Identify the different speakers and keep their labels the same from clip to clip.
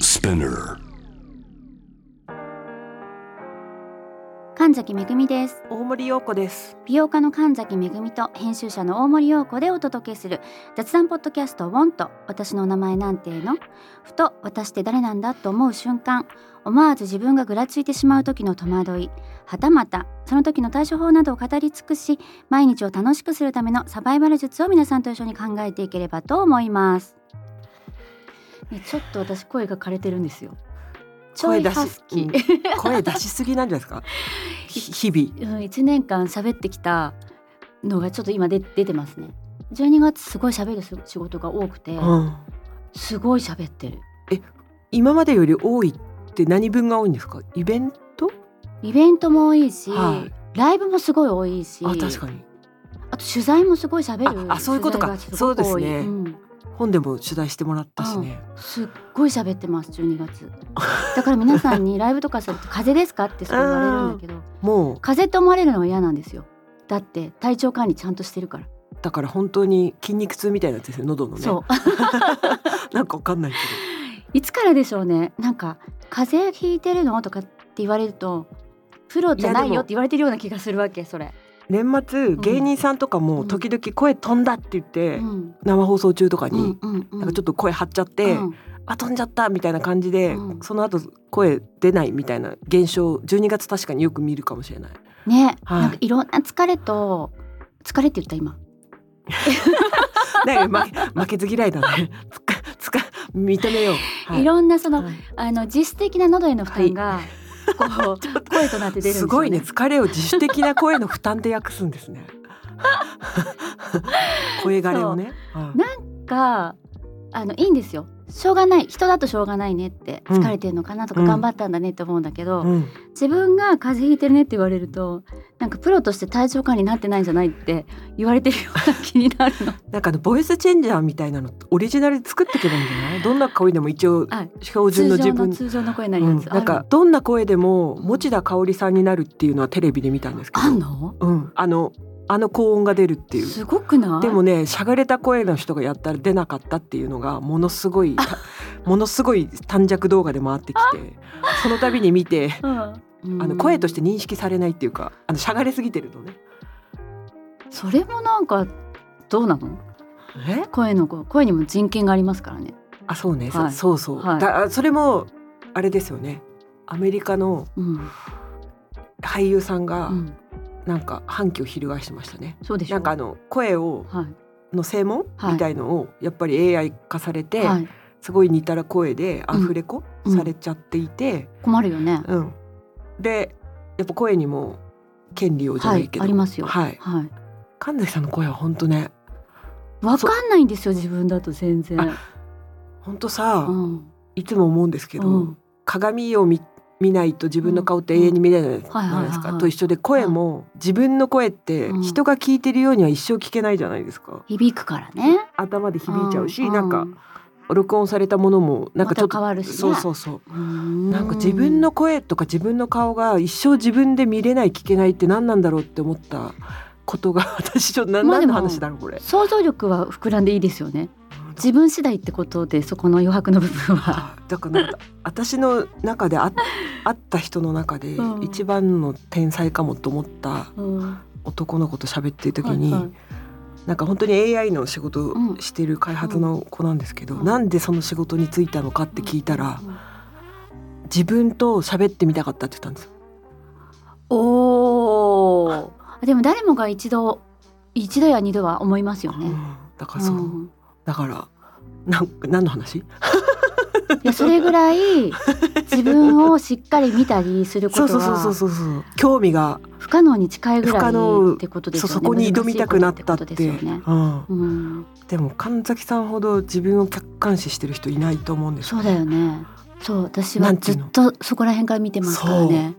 Speaker 1: Spinner.
Speaker 2: 神崎めぐみです
Speaker 3: 大森洋子 です。
Speaker 2: 美容家の神崎めぐみと編集者の大森洋子でお届けする雑談ポッドキャスト「ウォンと私のお名前なんて」のふと私って誰なんだと思う瞬間思わず自分がぐらついてしまう時の戸惑いはたまたその時の対処法などを語り尽くし毎日を楽しくするためのサバイバル術を皆さんと一緒に考えていければと思います。ねちょっと私声が枯れてるんですよ。ちょい
Speaker 3: 声出し
Speaker 2: ハスキー。
Speaker 3: 声出しすぎなんじゃないですか。ひ日々。
Speaker 2: うん、1年間喋ってきたのがちょっと今で出てますね12月すごい喋るす仕事が多くて
Speaker 3: うん、
Speaker 2: すごい喋ってる
Speaker 3: 今までより多いって何分が多いんですか。イベント？
Speaker 2: イベントも多いし、
Speaker 3: は
Speaker 2: ライブもすごい多いし
Speaker 3: あ確かに。
Speaker 2: あと取材もすごい喋る
Speaker 3: ああそういうことか
Speaker 2: 取材がすごく
Speaker 3: そう
Speaker 2: 多い
Speaker 3: ですね
Speaker 2: ん
Speaker 3: 本でも取材してもらったしね。
Speaker 2: すっごい喋ってます12月だから皆さん にライブとかすると「風邪ですか?」ってすごい言われるんだけど
Speaker 3: もう
Speaker 2: 風邪と思われるのは嫌なんですよだって体調管理ちゃんとしてるから、
Speaker 3: だから本当に筋肉痛みたいなやつですよ喉のね。
Speaker 2: そう
Speaker 3: なんかわかんないけ
Speaker 2: いつからでしょうねなんか風邪ひいてるのとかって言われるとプロじゃない
Speaker 3: や
Speaker 2: よ
Speaker 3: でも
Speaker 2: って言われてるような気がするわけそれ、
Speaker 3: ど。年末
Speaker 2: ん
Speaker 3: 芸人さんとか
Speaker 2: う
Speaker 3: も
Speaker 2: ん
Speaker 3: 時々声飛んだって言って、
Speaker 2: うん
Speaker 3: 生放送中とかに。
Speaker 2: うんうん
Speaker 3: なんかちょっと声張っちゃって、
Speaker 2: うん
Speaker 3: あ飛んじゃったみたいな感じで、
Speaker 2: うん
Speaker 3: その後声出ないみたいな現象12月確かによく見るかもしれない
Speaker 2: ね、
Speaker 3: はい
Speaker 2: なんかいろんな疲れと疲れって言った今
Speaker 3: ね、負け負けず嫌いだね。つかつか認めよう。
Speaker 2: い、ろんなその、
Speaker 3: はい
Speaker 2: あの実質的な喉への負担が、 こう声となって出るんですよね
Speaker 3: すごいね疲れを自主的な声の負担で訳すんです ね。声枯れをね。はい
Speaker 2: があのいいんですよしょうがない人だとしょうがないねって
Speaker 3: うん
Speaker 2: 疲れてるのかなとか、
Speaker 3: うん
Speaker 2: 頑張ったんだねって思うんだけど、
Speaker 3: うん、
Speaker 2: 自分が風邪ひいてるねって言われるとなんかプロとして体調管理なってないんじゃないって言われてるような気になるの
Speaker 3: なんかあのボイスチェンジャーみたいなのオリジナルで作っていけばいいんじゃないどんな声でも一応
Speaker 2: はい
Speaker 3: 標準
Speaker 2: 通
Speaker 3: の
Speaker 2: 常
Speaker 3: 自
Speaker 2: の
Speaker 3: 分
Speaker 2: 通常の声にな
Speaker 3: う
Speaker 2: るや
Speaker 3: ん
Speaker 2: つ、
Speaker 3: なんかどんな声でも持田香織さんになるっていうのはテレビで見たんですけど
Speaker 2: あるあんの
Speaker 3: うん、あのあの高音が出るっていう
Speaker 2: すごくない
Speaker 3: でもねしゃがれた声の人がやったら出なかったっていうのがものすごいものすごい短尺動画で回ってき てその度に見て
Speaker 2: うん
Speaker 3: あの声として認識されないっていうかあのしゃがれすぎてるのね。
Speaker 2: それもなんかどうなの
Speaker 3: え
Speaker 2: 声の声にも人権がありますからね
Speaker 3: あそうね、
Speaker 2: はい
Speaker 3: そそうそう、
Speaker 2: はい
Speaker 3: だそれもあれですよねアメリカの
Speaker 2: うん、
Speaker 3: 俳優さんが
Speaker 2: うん、
Speaker 3: なんか反旗を翻してましたね。
Speaker 2: そうでしょ
Speaker 3: なんかあの声を
Speaker 2: はい
Speaker 3: の声紋
Speaker 2: はい
Speaker 3: みたいのをやっぱり AI 化されて、
Speaker 2: はい、
Speaker 3: すごい似たら声でアフレコ
Speaker 2: うん
Speaker 3: されちゃっていて。
Speaker 2: 困るよね
Speaker 3: うん、でやっぱ声にも権利をじゃないけど、
Speaker 2: はいありますよ
Speaker 3: はい
Speaker 2: はい
Speaker 3: 神崎さんの声は本当ね
Speaker 2: わかんないんですよ自分だと全然
Speaker 3: 本当さ、
Speaker 2: うん
Speaker 3: いつも思うんですけど、
Speaker 2: うん
Speaker 3: 鏡を見見ないと自分の顔って永遠に見れないじ
Speaker 2: はい
Speaker 3: ゃ
Speaker 2: は
Speaker 3: ない
Speaker 2: いはい
Speaker 3: です
Speaker 2: は
Speaker 3: か
Speaker 2: い
Speaker 3: と一緒で声も自分の声って
Speaker 2: うん
Speaker 3: 人が聞いてるようには一生聞けないじゃないですか
Speaker 2: 響くからね
Speaker 3: 頭で響いちゃうし、
Speaker 2: ん
Speaker 3: なんか録音されたものもなんかちょっと、
Speaker 2: また変わるしね
Speaker 3: そうそうそう
Speaker 2: うん
Speaker 3: なんか自分の声とか自分の顔が一生自分で見れない聞けないって何なんだろうって思ったことが 私ちょっと何
Speaker 2: まあで
Speaker 3: 何
Speaker 2: も
Speaker 3: の話だろうこれ。
Speaker 2: 想像力は膨らんでいいですよね自分次第ってことでそこの余白の部分 は、
Speaker 3: だからなんか私の中であ会った人の中で
Speaker 2: うん
Speaker 3: 一番の天才かもと思った
Speaker 2: うん、
Speaker 3: 男の子と喋ってる時に、
Speaker 2: はいはい
Speaker 3: なんか本当に AI の仕事をしてる開発の子なんですけど、
Speaker 2: うん
Speaker 3: なんでその仕事に就いたのかって聞いたら、自分と喋ってみたかったって言ったんですよ。
Speaker 2: おおでも誰もが一度一度や二度は思いますよ
Speaker 3: う
Speaker 2: ね、
Speaker 3: んだからそう、
Speaker 2: うん
Speaker 3: だからなん何の話
Speaker 2: いやそれぐらい自分をしっかり見たりするこ
Speaker 3: そう
Speaker 2: と
Speaker 3: そうそうそう
Speaker 2: は
Speaker 3: そうそう興味が、
Speaker 2: 不可能に近いぐらい
Speaker 3: 不可能
Speaker 2: ってことです
Speaker 3: そ
Speaker 2: よね
Speaker 3: そこに挑みたくなったって
Speaker 2: 難しいことですよね
Speaker 3: うん、
Speaker 2: うん、
Speaker 3: でも神崎さんほど自分を客観視してる人いないと思うんです
Speaker 2: そうだよねそう私は
Speaker 3: なんてい
Speaker 2: ず
Speaker 3: う
Speaker 2: っ
Speaker 3: の
Speaker 2: とそこら辺から見てますからね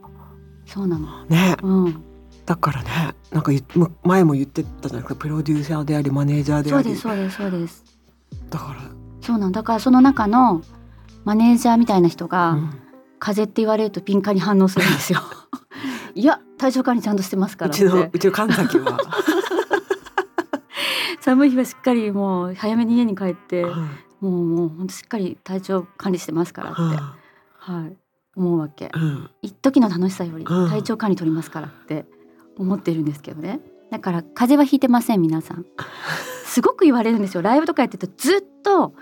Speaker 2: そうなの
Speaker 3: ね
Speaker 2: うん
Speaker 3: だからねなんか言っむ前も言ってたじゃないですかプロデューサーでありマネージャーで
Speaker 2: そ
Speaker 3: あ
Speaker 2: う
Speaker 3: り
Speaker 2: ですそうですそうです
Speaker 3: だか
Speaker 2: そうなんだからその中のマネージャーみたいな人が、
Speaker 3: ら、うん
Speaker 2: 風邪って言われると敏感に反応するん ですよいや体調管理ちゃんとしてますか
Speaker 3: う
Speaker 2: らっ
Speaker 3: ちの
Speaker 2: て
Speaker 3: うちの神崎は、
Speaker 2: 寒い日はしっかりもう早めに家に帰って
Speaker 3: うん
Speaker 2: もうもう本当しっかり体調管理してますからって、
Speaker 3: は
Speaker 2: はい、思うわけ
Speaker 3: あうん
Speaker 2: 一時の楽しさより
Speaker 3: うん
Speaker 2: 体調管理取りますからって思ってるんですけどねだから風邪はひいてません皆さ んすごく言われるんですよライブとかやってるとずっと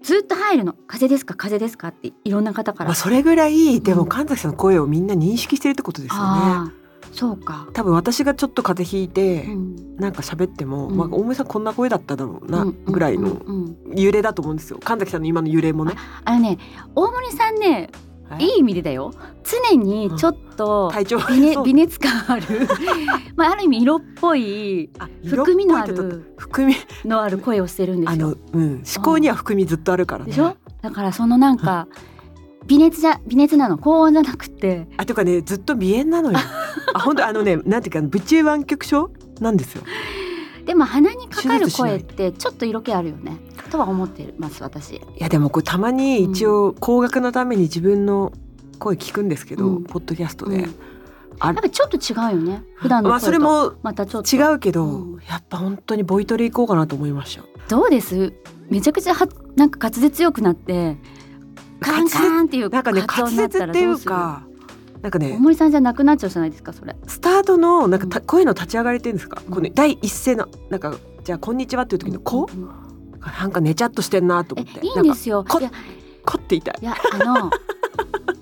Speaker 2: ずっと入るの風邪ですか風邪ですかっていろんな方か
Speaker 3: ま
Speaker 2: ら、
Speaker 3: あ、それぐらいで
Speaker 2: う
Speaker 3: も
Speaker 2: ん
Speaker 3: 神崎さんの声をみんな認識してるってことですよね。
Speaker 2: ああそうか、
Speaker 3: 多分私がちょっと風邪ひいて、
Speaker 2: うん
Speaker 3: なんか喋っても、
Speaker 2: うん
Speaker 3: まあ、大森さんこんな声だっただろうな、
Speaker 2: うんうん
Speaker 3: ぐらい
Speaker 2: うん
Speaker 3: の
Speaker 2: うん
Speaker 3: 揺れだと思うんですよ神崎さんの今の揺れもね。
Speaker 2: あのね大森さんね
Speaker 3: はい
Speaker 2: い意味でだよ常にちょっと
Speaker 3: 体調
Speaker 2: 微,、ね
Speaker 3: そう
Speaker 2: 微熱感ある まあある意味色っぽい
Speaker 3: あ色っぽい
Speaker 2: 含みのあ
Speaker 3: って言っ
Speaker 2: る
Speaker 3: た含み
Speaker 2: のある声をしてるんで
Speaker 3: あ
Speaker 2: すよ
Speaker 3: の、うん、思考には含みずっとあるからね。
Speaker 2: でしょだからそのなんか微熱じゃ微熱なの高温じゃなくて
Speaker 3: あとかねずっと鼻炎 なのよ。あ本当あのねなんていうか部中湾曲症なんですよ。
Speaker 2: でも鼻にかか
Speaker 3: 手
Speaker 2: る
Speaker 3: 術しな
Speaker 2: 声
Speaker 3: い
Speaker 2: ってちょっと色気あるよねとは思ってます私
Speaker 3: いやでもこれたまに一応高額のために自分の声聞くんですけど、
Speaker 2: うん
Speaker 3: ポッドキャスト
Speaker 2: うん
Speaker 3: で、
Speaker 2: やっ
Speaker 3: あ
Speaker 2: ぱりちょっと違うよね普段の
Speaker 3: ま
Speaker 2: 声
Speaker 3: あ
Speaker 2: と
Speaker 3: それも
Speaker 2: またちょっと
Speaker 3: 違うけど、
Speaker 2: うん
Speaker 3: やっぱ本当にボイトレ行こうかなと思いました。
Speaker 2: どうですめちゃくちゃはなんか滑舌強くなってカンカンっていう
Speaker 3: なんかね
Speaker 2: 活
Speaker 3: 滑
Speaker 2: 音になった
Speaker 3: 舌
Speaker 2: ら
Speaker 3: ってい
Speaker 2: どう
Speaker 3: う
Speaker 2: する
Speaker 3: かなんか
Speaker 2: 大
Speaker 3: ね
Speaker 2: 森さんじゃなくなっちゃうじゃないですかそれ
Speaker 3: スタートのなんかた
Speaker 2: う
Speaker 3: 声の立ち上がりっていうんですか、
Speaker 2: うん
Speaker 3: この第一声のなんかじゃあこんにちはっていう時のこ、
Speaker 2: うん
Speaker 3: なんかねちゃっとしてんなと
Speaker 2: え
Speaker 3: 思って
Speaker 2: いいんで
Speaker 3: なんか
Speaker 2: すよ
Speaker 3: こ
Speaker 2: いや
Speaker 3: こって言いたい
Speaker 2: い。やあの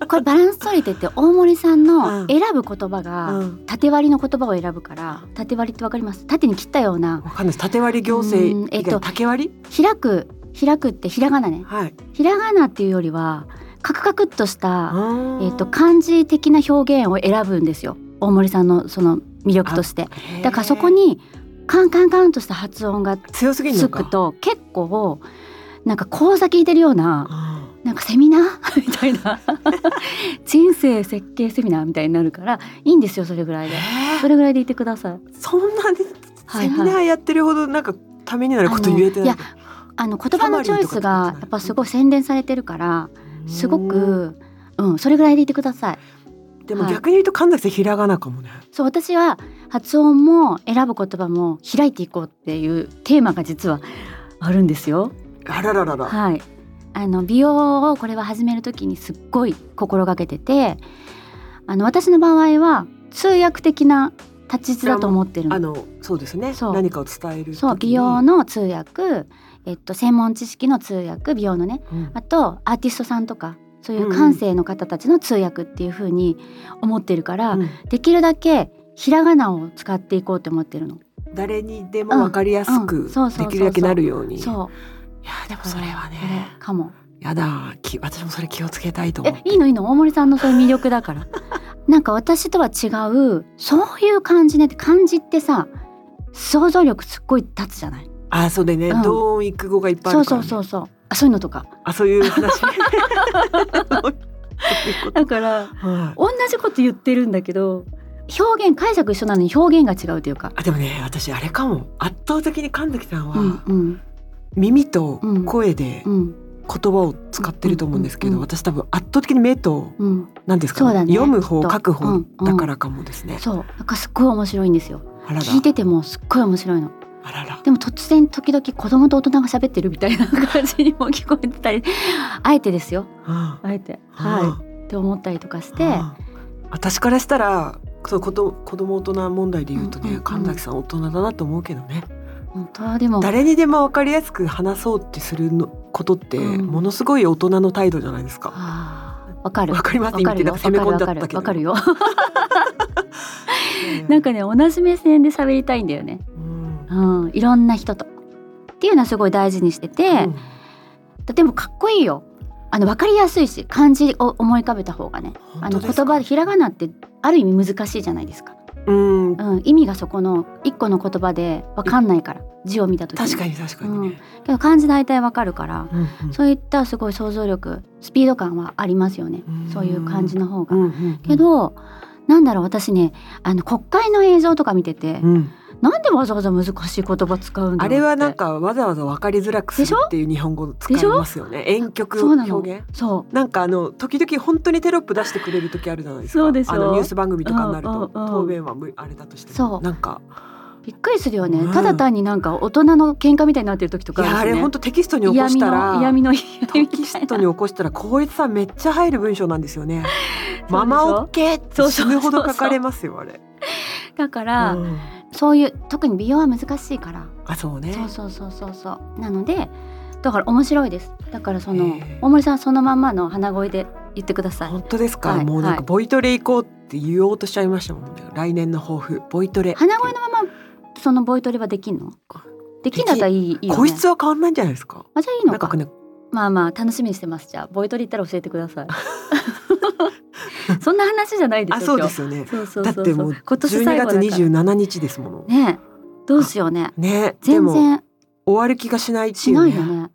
Speaker 2: これバランス取れてて大森さん
Speaker 3: う
Speaker 2: の
Speaker 3: ん
Speaker 2: 選ぶ言葉が、
Speaker 3: うん
Speaker 2: 縦割りの言葉を選ぶから縦割りってわかります縦に切ったような
Speaker 3: わかんないです縦割り行
Speaker 2: う
Speaker 3: 政
Speaker 2: んえっ
Speaker 3: 以
Speaker 2: と
Speaker 3: 外竹割り、
Speaker 2: 開く開くってひらがなね
Speaker 3: はい。
Speaker 2: ひらがなっていうよりはカクカクっとした、
Speaker 3: あー
Speaker 2: えっと漢字的な表現を選ぶんですよ大森さんのその魅力として
Speaker 3: へー
Speaker 2: だからそこにカンカンカンとした発音が
Speaker 3: 強すぎる
Speaker 2: つ
Speaker 3: のか
Speaker 2: く。と結構なんか講座聞いてるような
Speaker 3: あ
Speaker 2: なんかセミナ ーみたいな人生設計セミナーみたいになるからいいんですよそれぐらい
Speaker 3: ー
Speaker 2: で
Speaker 3: え
Speaker 2: それぐらいでいてください
Speaker 3: ーそんなに
Speaker 2: はいはい
Speaker 3: セミナーやってるほどなんかためになること言えてない。
Speaker 2: あのあの言葉のチョイスがやっぱすごい洗練されてるから
Speaker 3: うん
Speaker 2: すご。くうんそれぐらいでいてください
Speaker 3: でも
Speaker 2: はい
Speaker 3: 逆に言うと神崎さんひらがなかもね。
Speaker 2: そう私は発音も選ぶ言葉も開いていこうっていうテーマが実はあるんですよ
Speaker 3: あらららら。
Speaker 2: はいあの美容をこれは始める時にすっごい心がけててあの私の場合は通訳的な立ち位置だと思ってる
Speaker 3: あ
Speaker 2: の
Speaker 3: のそうですね。
Speaker 2: そう
Speaker 3: 何かを伝える時に。
Speaker 2: そう美容の通訳えっと専門知識の通訳美容のね
Speaker 3: うん。
Speaker 2: あとアーティストさんとかそういう感性の方たちの通訳っていう風に思ってるから、
Speaker 3: うん
Speaker 2: できるだけひらがなを使っていこうって思ってるの。
Speaker 3: 誰にでもわかりやす
Speaker 2: うんう
Speaker 3: く
Speaker 2: んそうそうそう
Speaker 3: できるだけなるように。いや
Speaker 2: そう
Speaker 3: でもそれは
Speaker 2: これ
Speaker 3: ね。
Speaker 2: かも。
Speaker 3: やだ。き私もそれ気をつけたいと思う
Speaker 2: え。いいのいいの大森さんのそういう魅力だ から。なんか私とは違うそういう感じねって漢字ってさ想像力すっごい立つじゃない。
Speaker 3: あそうでね。
Speaker 2: うん
Speaker 3: 同音異句語がいっぱいあ
Speaker 2: そう
Speaker 3: るか
Speaker 2: そ
Speaker 3: ら
Speaker 2: う
Speaker 3: ね。
Speaker 2: そうそう。あそういうのとか。
Speaker 3: あ そういう話。
Speaker 2: だから
Speaker 3: はい。
Speaker 2: 同じこと言ってるんだけど表現解釈一緒なのに表現が違うというか。
Speaker 3: あでもね私あれかも圧倒的に神崎さん
Speaker 2: うん
Speaker 3: は
Speaker 2: うん
Speaker 3: 耳と声で
Speaker 2: うん
Speaker 3: 言葉を使ってると思うんですけ
Speaker 2: うん
Speaker 3: ど
Speaker 2: うん
Speaker 3: 私多分圧倒的に目と
Speaker 2: うん。
Speaker 3: 何です
Speaker 2: そう
Speaker 3: か、
Speaker 2: だね
Speaker 3: 読む方
Speaker 2: きっと
Speaker 3: 書く
Speaker 2: う
Speaker 3: 方
Speaker 2: んうん
Speaker 3: だからかもですね、
Speaker 2: そうなんかすっごい面白いんですよ
Speaker 3: あらら
Speaker 2: 聞いててもすっごい面白いの
Speaker 3: あらら
Speaker 2: でも突然時々子供と大人が喋ってるみたいな 感じにも聞こえてたりあえてですよ
Speaker 3: あ
Speaker 2: あえて
Speaker 3: あ
Speaker 2: は
Speaker 3: あ
Speaker 2: いって思ったりとかして
Speaker 3: ああ私からしたらそうこと子供大人問題で言うとね、
Speaker 2: うんうんうん
Speaker 3: 神崎さん大人だなと思うけどね
Speaker 2: 本当はでも
Speaker 3: 誰にでも分かりやすく話そうってするのことって、
Speaker 2: うん
Speaker 3: ものすごい大人の態度じゃないですか。
Speaker 2: あーわかる
Speaker 3: わかりま
Speaker 2: わ
Speaker 3: す
Speaker 2: か
Speaker 3: 今って
Speaker 2: るよ
Speaker 3: なん
Speaker 2: わ
Speaker 3: か
Speaker 2: か
Speaker 3: 攻め
Speaker 2: る
Speaker 3: 込ん
Speaker 2: わ
Speaker 3: じゃ
Speaker 2: か
Speaker 3: った
Speaker 2: る
Speaker 3: けど
Speaker 2: わかるよ なんかね同じ目線で喋りたいんだよね
Speaker 3: うん
Speaker 2: うんいろんな人とっていうのはすごい大事にしてて、
Speaker 3: うん
Speaker 2: とてもかっこいいよあのわかりやすいし漢字を思い浮かべた方がねあの言葉ひらがなってある意味難しいじゃないですか。
Speaker 3: うん
Speaker 2: うん、意味がそこの一個の言葉でわかんないから字を見た時
Speaker 3: 確か
Speaker 2: に。
Speaker 3: に確かにね、
Speaker 2: けど漢字大体わかるから、
Speaker 3: うんうん
Speaker 2: そういったすごい想像力スピード感はありますよね
Speaker 3: うん
Speaker 2: そういう感じの方
Speaker 3: う
Speaker 2: が。
Speaker 3: んうんうん
Speaker 2: け、どなんだろう私ねあの国会の映像とか見てて、
Speaker 3: うん
Speaker 2: なんでわざわざ難しい言葉使うんだろうって
Speaker 3: あれはなんかわざわざわかりづらくするっていう日本語を使いますよね遠曲
Speaker 2: そうなの
Speaker 3: 表現
Speaker 2: そう
Speaker 3: なんかあの時々本当にテロップ出してくれる時あるじゃないですか
Speaker 2: そうでしょ
Speaker 3: あのニュース番組とかになると、
Speaker 2: うんうんうん
Speaker 3: 答弁は無あれだとしても
Speaker 2: そう
Speaker 3: なんか
Speaker 2: びっくりするよね、
Speaker 3: うん
Speaker 2: ただ単になんか大人の喧嘩みたいになってる時と
Speaker 3: い
Speaker 2: か
Speaker 3: や
Speaker 2: あ
Speaker 3: あ
Speaker 2: る
Speaker 3: れ
Speaker 2: し、ね、
Speaker 3: 本当テキストに起こしたら
Speaker 2: 嫌味の嫌味の
Speaker 3: テキストに起こしたら光一さんめっちゃ入る文章なんです よね。ママオッケーって死ぬほど書かれますよあれ。
Speaker 2: だから、
Speaker 3: うん
Speaker 2: そういう特に美容は難しいから、
Speaker 3: あそうね。
Speaker 2: そうそうそうそうそうなのでだから面白いですだからその
Speaker 3: へえ
Speaker 2: 大森さんそのまんまの鼻声で言ってください
Speaker 3: 本当ですか、
Speaker 2: はい
Speaker 3: もうなん
Speaker 2: は
Speaker 3: か
Speaker 2: い
Speaker 3: ボイトレ行こうって言おうとしちゃいましたもんね。来年の抱負ボイトレ。
Speaker 2: 鼻声のままそのボイトレはできんのできんだったらいいいいよ、ね、
Speaker 3: こいつは変わんないんじゃないですか。
Speaker 2: あじゃあいい
Speaker 3: な
Speaker 2: の
Speaker 3: ん
Speaker 2: か
Speaker 3: かね
Speaker 2: まあまあ楽しみにしてますじゃあボイトレ行ったら教えてくだ さいそんな話じゃないでしょ
Speaker 3: あそうで
Speaker 2: 今日
Speaker 3: すよね。
Speaker 2: そうそう
Speaker 3: だ
Speaker 2: そ
Speaker 3: っ
Speaker 2: うそう
Speaker 3: てもう
Speaker 2: 今年
Speaker 3: 12
Speaker 2: 最後だ
Speaker 3: 月
Speaker 2: から
Speaker 3: 27日ですもの。
Speaker 2: ねえどうしようね
Speaker 3: ねで
Speaker 2: 全
Speaker 3: も
Speaker 2: 然
Speaker 3: 終わる気がしないって
Speaker 2: し
Speaker 3: いう
Speaker 2: な
Speaker 3: ね。
Speaker 2: いよね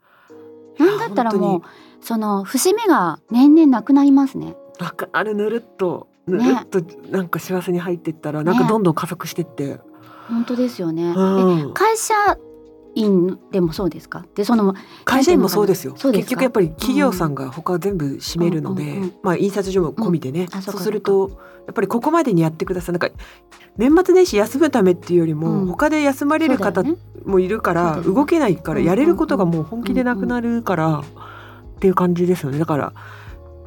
Speaker 3: いや
Speaker 2: なんだったらもう
Speaker 3: 本
Speaker 2: その節目が年々なくなりますね
Speaker 3: 当にわかあれぬるっとぬる
Speaker 2: ね
Speaker 3: っとなんか幸せに入ってったら、なんか
Speaker 2: ね
Speaker 3: どんどん加速してって。
Speaker 2: 本当ですよね、
Speaker 3: うん
Speaker 2: え会社員でもそうですかでその
Speaker 3: 会社員もそうですよ
Speaker 2: そうですか
Speaker 3: 結局やっぱり企業さんが他全部占めるので、
Speaker 2: うんうんうん
Speaker 3: まあ印刷所も込みでね、
Speaker 2: うんあそ
Speaker 3: そう
Speaker 2: か
Speaker 3: うするとやっぱりここまでにやってくださいなんか年末年始休むためっていうよりも、
Speaker 2: うん
Speaker 3: 他で休まれる
Speaker 2: そ
Speaker 3: 方
Speaker 2: うだよね
Speaker 3: もいるから、
Speaker 2: そうだよね
Speaker 3: 動けないか
Speaker 2: うんう
Speaker 3: ら、
Speaker 2: んうん
Speaker 3: やれることがもう本気でなくなるから、っていう感じですよねだから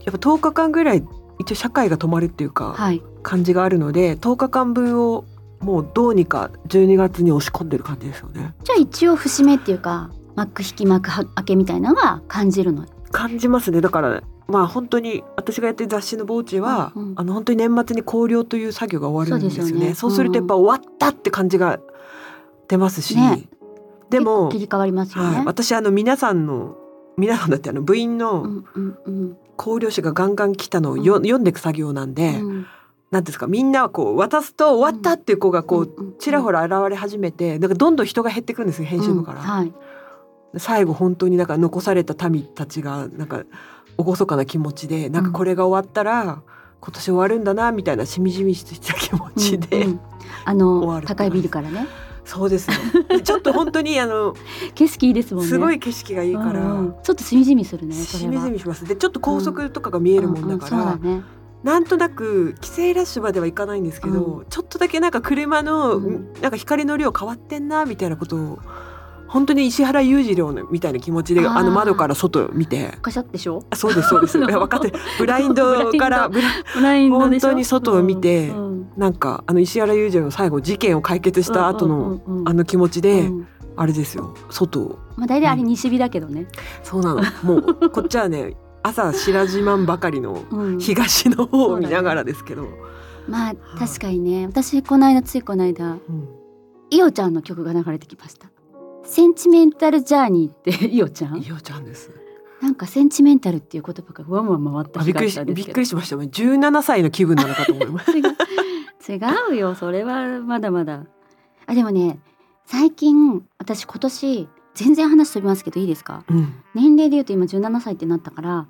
Speaker 3: やっぱ10日間ぐらい一応社会が止まるっていうか、
Speaker 2: はい
Speaker 3: 感じがあるので10日間分をもうどうにか12月に押し込んでる感じですよね。
Speaker 2: じゃあ一応節目っていうか幕引き幕開けみたいなのは感じるの
Speaker 3: 感じますねだからまあ本当に私がやってる雑誌の「ボーチは」
Speaker 2: うんうん
Speaker 3: あの本当に年末に考慮という作業が終わるんですよ
Speaker 2: そ
Speaker 3: ねそうう
Speaker 2: ですよね
Speaker 3: するとやっぱ終わったって感じが出ますし、
Speaker 2: ね
Speaker 3: で
Speaker 2: 結構
Speaker 3: も、
Speaker 2: 切り替わりますよね、
Speaker 3: はい、私あの皆さんの皆さんだってあの部員
Speaker 2: う
Speaker 3: の
Speaker 2: んうんうん
Speaker 3: 考慮誌がガンガン来たのをよ、
Speaker 2: うん
Speaker 3: 読んでいく作業なんで、なんてい
Speaker 2: うん
Speaker 3: うんですかみんなはこう渡すと終わったっていう子がこう、
Speaker 2: うんうん
Speaker 3: ちらほら現れ始めてなんかどんどん人が減ってくるんですよ編集部から。
Speaker 2: うんはい
Speaker 3: 最後本当になんか残された民たちがなんか厳かな気持ちでなんかこれが終わったら、今年終わるんだなみたいなしみじみした気持ちで、
Speaker 2: うんうんあ
Speaker 3: 終わ
Speaker 2: の
Speaker 3: る
Speaker 2: 高いビルからね
Speaker 3: そうですねでちょっと本当にあの
Speaker 2: 景色いいですもんね
Speaker 3: すごい景色がいいから、
Speaker 2: うんうんちょっとしみじみするねそれ
Speaker 3: し
Speaker 2: は
Speaker 3: みじみしますでちょっと高速とかが見えるもんだから、
Speaker 2: うんうんそうだね
Speaker 3: なんとなく帰省ラッシュまではいかないんですけど、
Speaker 2: う
Speaker 3: ちょっとだけなんか車の、
Speaker 2: うん
Speaker 3: なんか光の量変わってんなみたいなことを本当に石原裕次郎のみたいな気持ちで
Speaker 2: あー
Speaker 3: あの窓から外見て。
Speaker 2: カシャってしょ
Speaker 3: あそうですそ うです。いや分かってるブラインドからブラ
Speaker 2: ブラインドでしょ
Speaker 3: 本当に外を見て
Speaker 2: うんうん
Speaker 3: なんかあの石原裕次郎の最後事件を解決した後の、
Speaker 2: うんうんうん
Speaker 3: あの気持ちで、
Speaker 2: うん
Speaker 3: あれですよ外を
Speaker 2: まあ大体あれ西日だけどね、
Speaker 3: そうなのもうこっちはね朝白島ばかりの
Speaker 2: うん
Speaker 3: 東の方
Speaker 2: そう
Speaker 3: を
Speaker 2: だね
Speaker 3: 見ながらですけど、
Speaker 2: まあ確かにね私この間ついこの間
Speaker 3: うん
Speaker 2: イオちゃんの曲が流れてきましたセンチメンタルジャーニーって イオちゃん
Speaker 3: いおちゃんです。
Speaker 2: なんかセンチメンタルっていう言葉がワンワン回った
Speaker 3: あ
Speaker 2: 日
Speaker 3: びっ
Speaker 2: が
Speaker 3: く
Speaker 2: あ
Speaker 3: り
Speaker 2: っ
Speaker 3: したた
Speaker 2: んで
Speaker 3: び
Speaker 2: す
Speaker 3: っ
Speaker 2: け
Speaker 3: く
Speaker 2: ど
Speaker 3: りしました。17歳の気分なのかと思います。
Speaker 2: 違う違うよそれはまだまだあでもね最近私今年全然話飛びますけどいいですか
Speaker 3: うん、
Speaker 2: 年齢で言うと今17歳ってなったから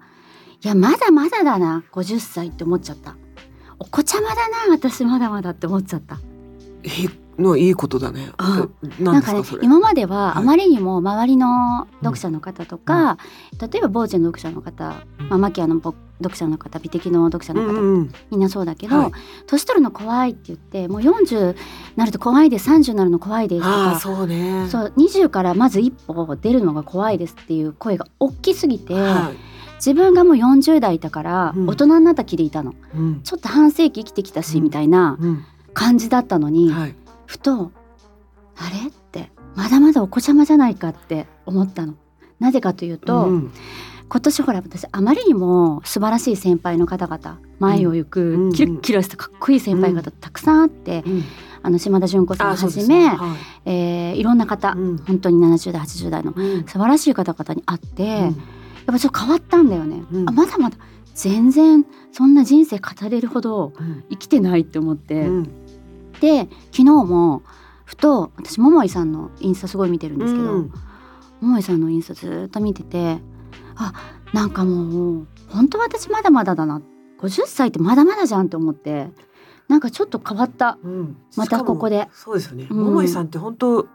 Speaker 2: いやまだまだだな50歳って思っちゃったお子ちゃまだな私まだまだって思っちゃった
Speaker 3: えのいいことだね。
Speaker 2: あ
Speaker 3: えな
Speaker 2: なんん
Speaker 3: で
Speaker 2: か
Speaker 3: すか
Speaker 2: ね
Speaker 3: それ。
Speaker 2: 今までは
Speaker 3: はい
Speaker 2: あまりにも周りの読者の方とか、例えばボーチェの読者の方、
Speaker 3: うん
Speaker 2: まあ、マキアのぼ読者の方美的の読者
Speaker 3: う
Speaker 2: の
Speaker 3: ん
Speaker 2: 方、
Speaker 3: うんうん。
Speaker 2: みんなそうだけど、
Speaker 3: はい
Speaker 2: 年取るの怖いって言ってもう40なると怖いです30になるの怖いですと
Speaker 3: ああ
Speaker 2: か
Speaker 3: そうね。
Speaker 2: そう20からまず一歩出るのが怖いですっていう声が大きすぎて、
Speaker 3: はい。
Speaker 2: 自分がもう40代だから
Speaker 3: うん
Speaker 2: 大人になったきりいたの、
Speaker 3: うん
Speaker 2: ちょっと半世紀生きてきたし、
Speaker 3: うん
Speaker 2: みたいな
Speaker 3: う
Speaker 2: 感じだったのに、
Speaker 3: ん。はい。
Speaker 2: ふとあれってまだまだお子ちゃまじゃないかって思ったの。なぜかというと、
Speaker 3: うん
Speaker 2: 今年ほら私あまりにも素晴らしい先輩の方々前を行
Speaker 3: うんうん
Speaker 2: く
Speaker 3: うん
Speaker 2: キラッキラしたかっこいい先輩方たくさんあって、
Speaker 3: うん
Speaker 2: あの島田純子さんをはじ
Speaker 3: ね
Speaker 2: め、
Speaker 3: はい
Speaker 2: えーいろんな方、
Speaker 3: うん
Speaker 2: 本当に70代80代の
Speaker 3: うん
Speaker 2: 素晴らしい方々に会って、
Speaker 3: う
Speaker 2: やっ
Speaker 3: ん
Speaker 2: ぱちょっと変わったんだよね、
Speaker 3: うん
Speaker 2: あまだまだ全然そんな人生語れるほど
Speaker 3: うん
Speaker 2: 生きてないって思って、
Speaker 3: うん
Speaker 2: で昨日もふと私桃井さんのインスタすごい見てるんですけど、
Speaker 3: うん
Speaker 2: 桃井さんのインスタずーっと見ててあなんかもう本当私まだまだだな50歳ってまだまだじゃんって思ってなんかちょっと変わった
Speaker 3: うん
Speaker 2: またここで
Speaker 3: しかもそうですよね。
Speaker 2: うん
Speaker 3: 桃井さんって本当